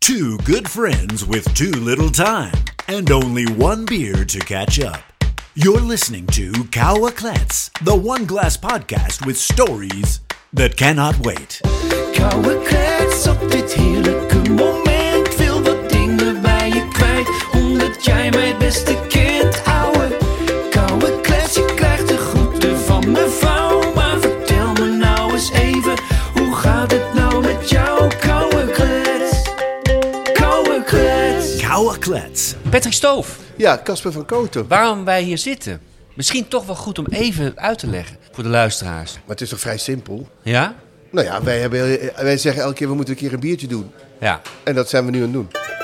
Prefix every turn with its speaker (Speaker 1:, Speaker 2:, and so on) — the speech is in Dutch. Speaker 1: Two good friends with too little time and only one beer to catch up. You're listening to Kawa Klets, the one glass podcast with stories that cannot wait.
Speaker 2: Koude klets op dit heerlijke moment. Wil wat dingen bij je kwijt, omdat jij mijn beste kind ouwe. Koude klets, je krijgt de groeten van mevrouw. Maar vertel me nou eens even, hoe gaat het nou met jou? Koude klets, koude klets.
Speaker 1: Kawa Klets.
Speaker 3: Patrick Stoof,
Speaker 4: Ja, Casper van Koten. Maar
Speaker 3: waarom wij hier zitten? Misschien toch wel goed om even uit te leggen voor de luisteraars.
Speaker 4: het is toch vrij simpel?
Speaker 3: Ja?
Speaker 4: Nou ja, wij, hebben, wij zeggen elke keer we moeten een keer een biertje doen.
Speaker 3: Ja.
Speaker 4: En dat zijn we nu aan het doen.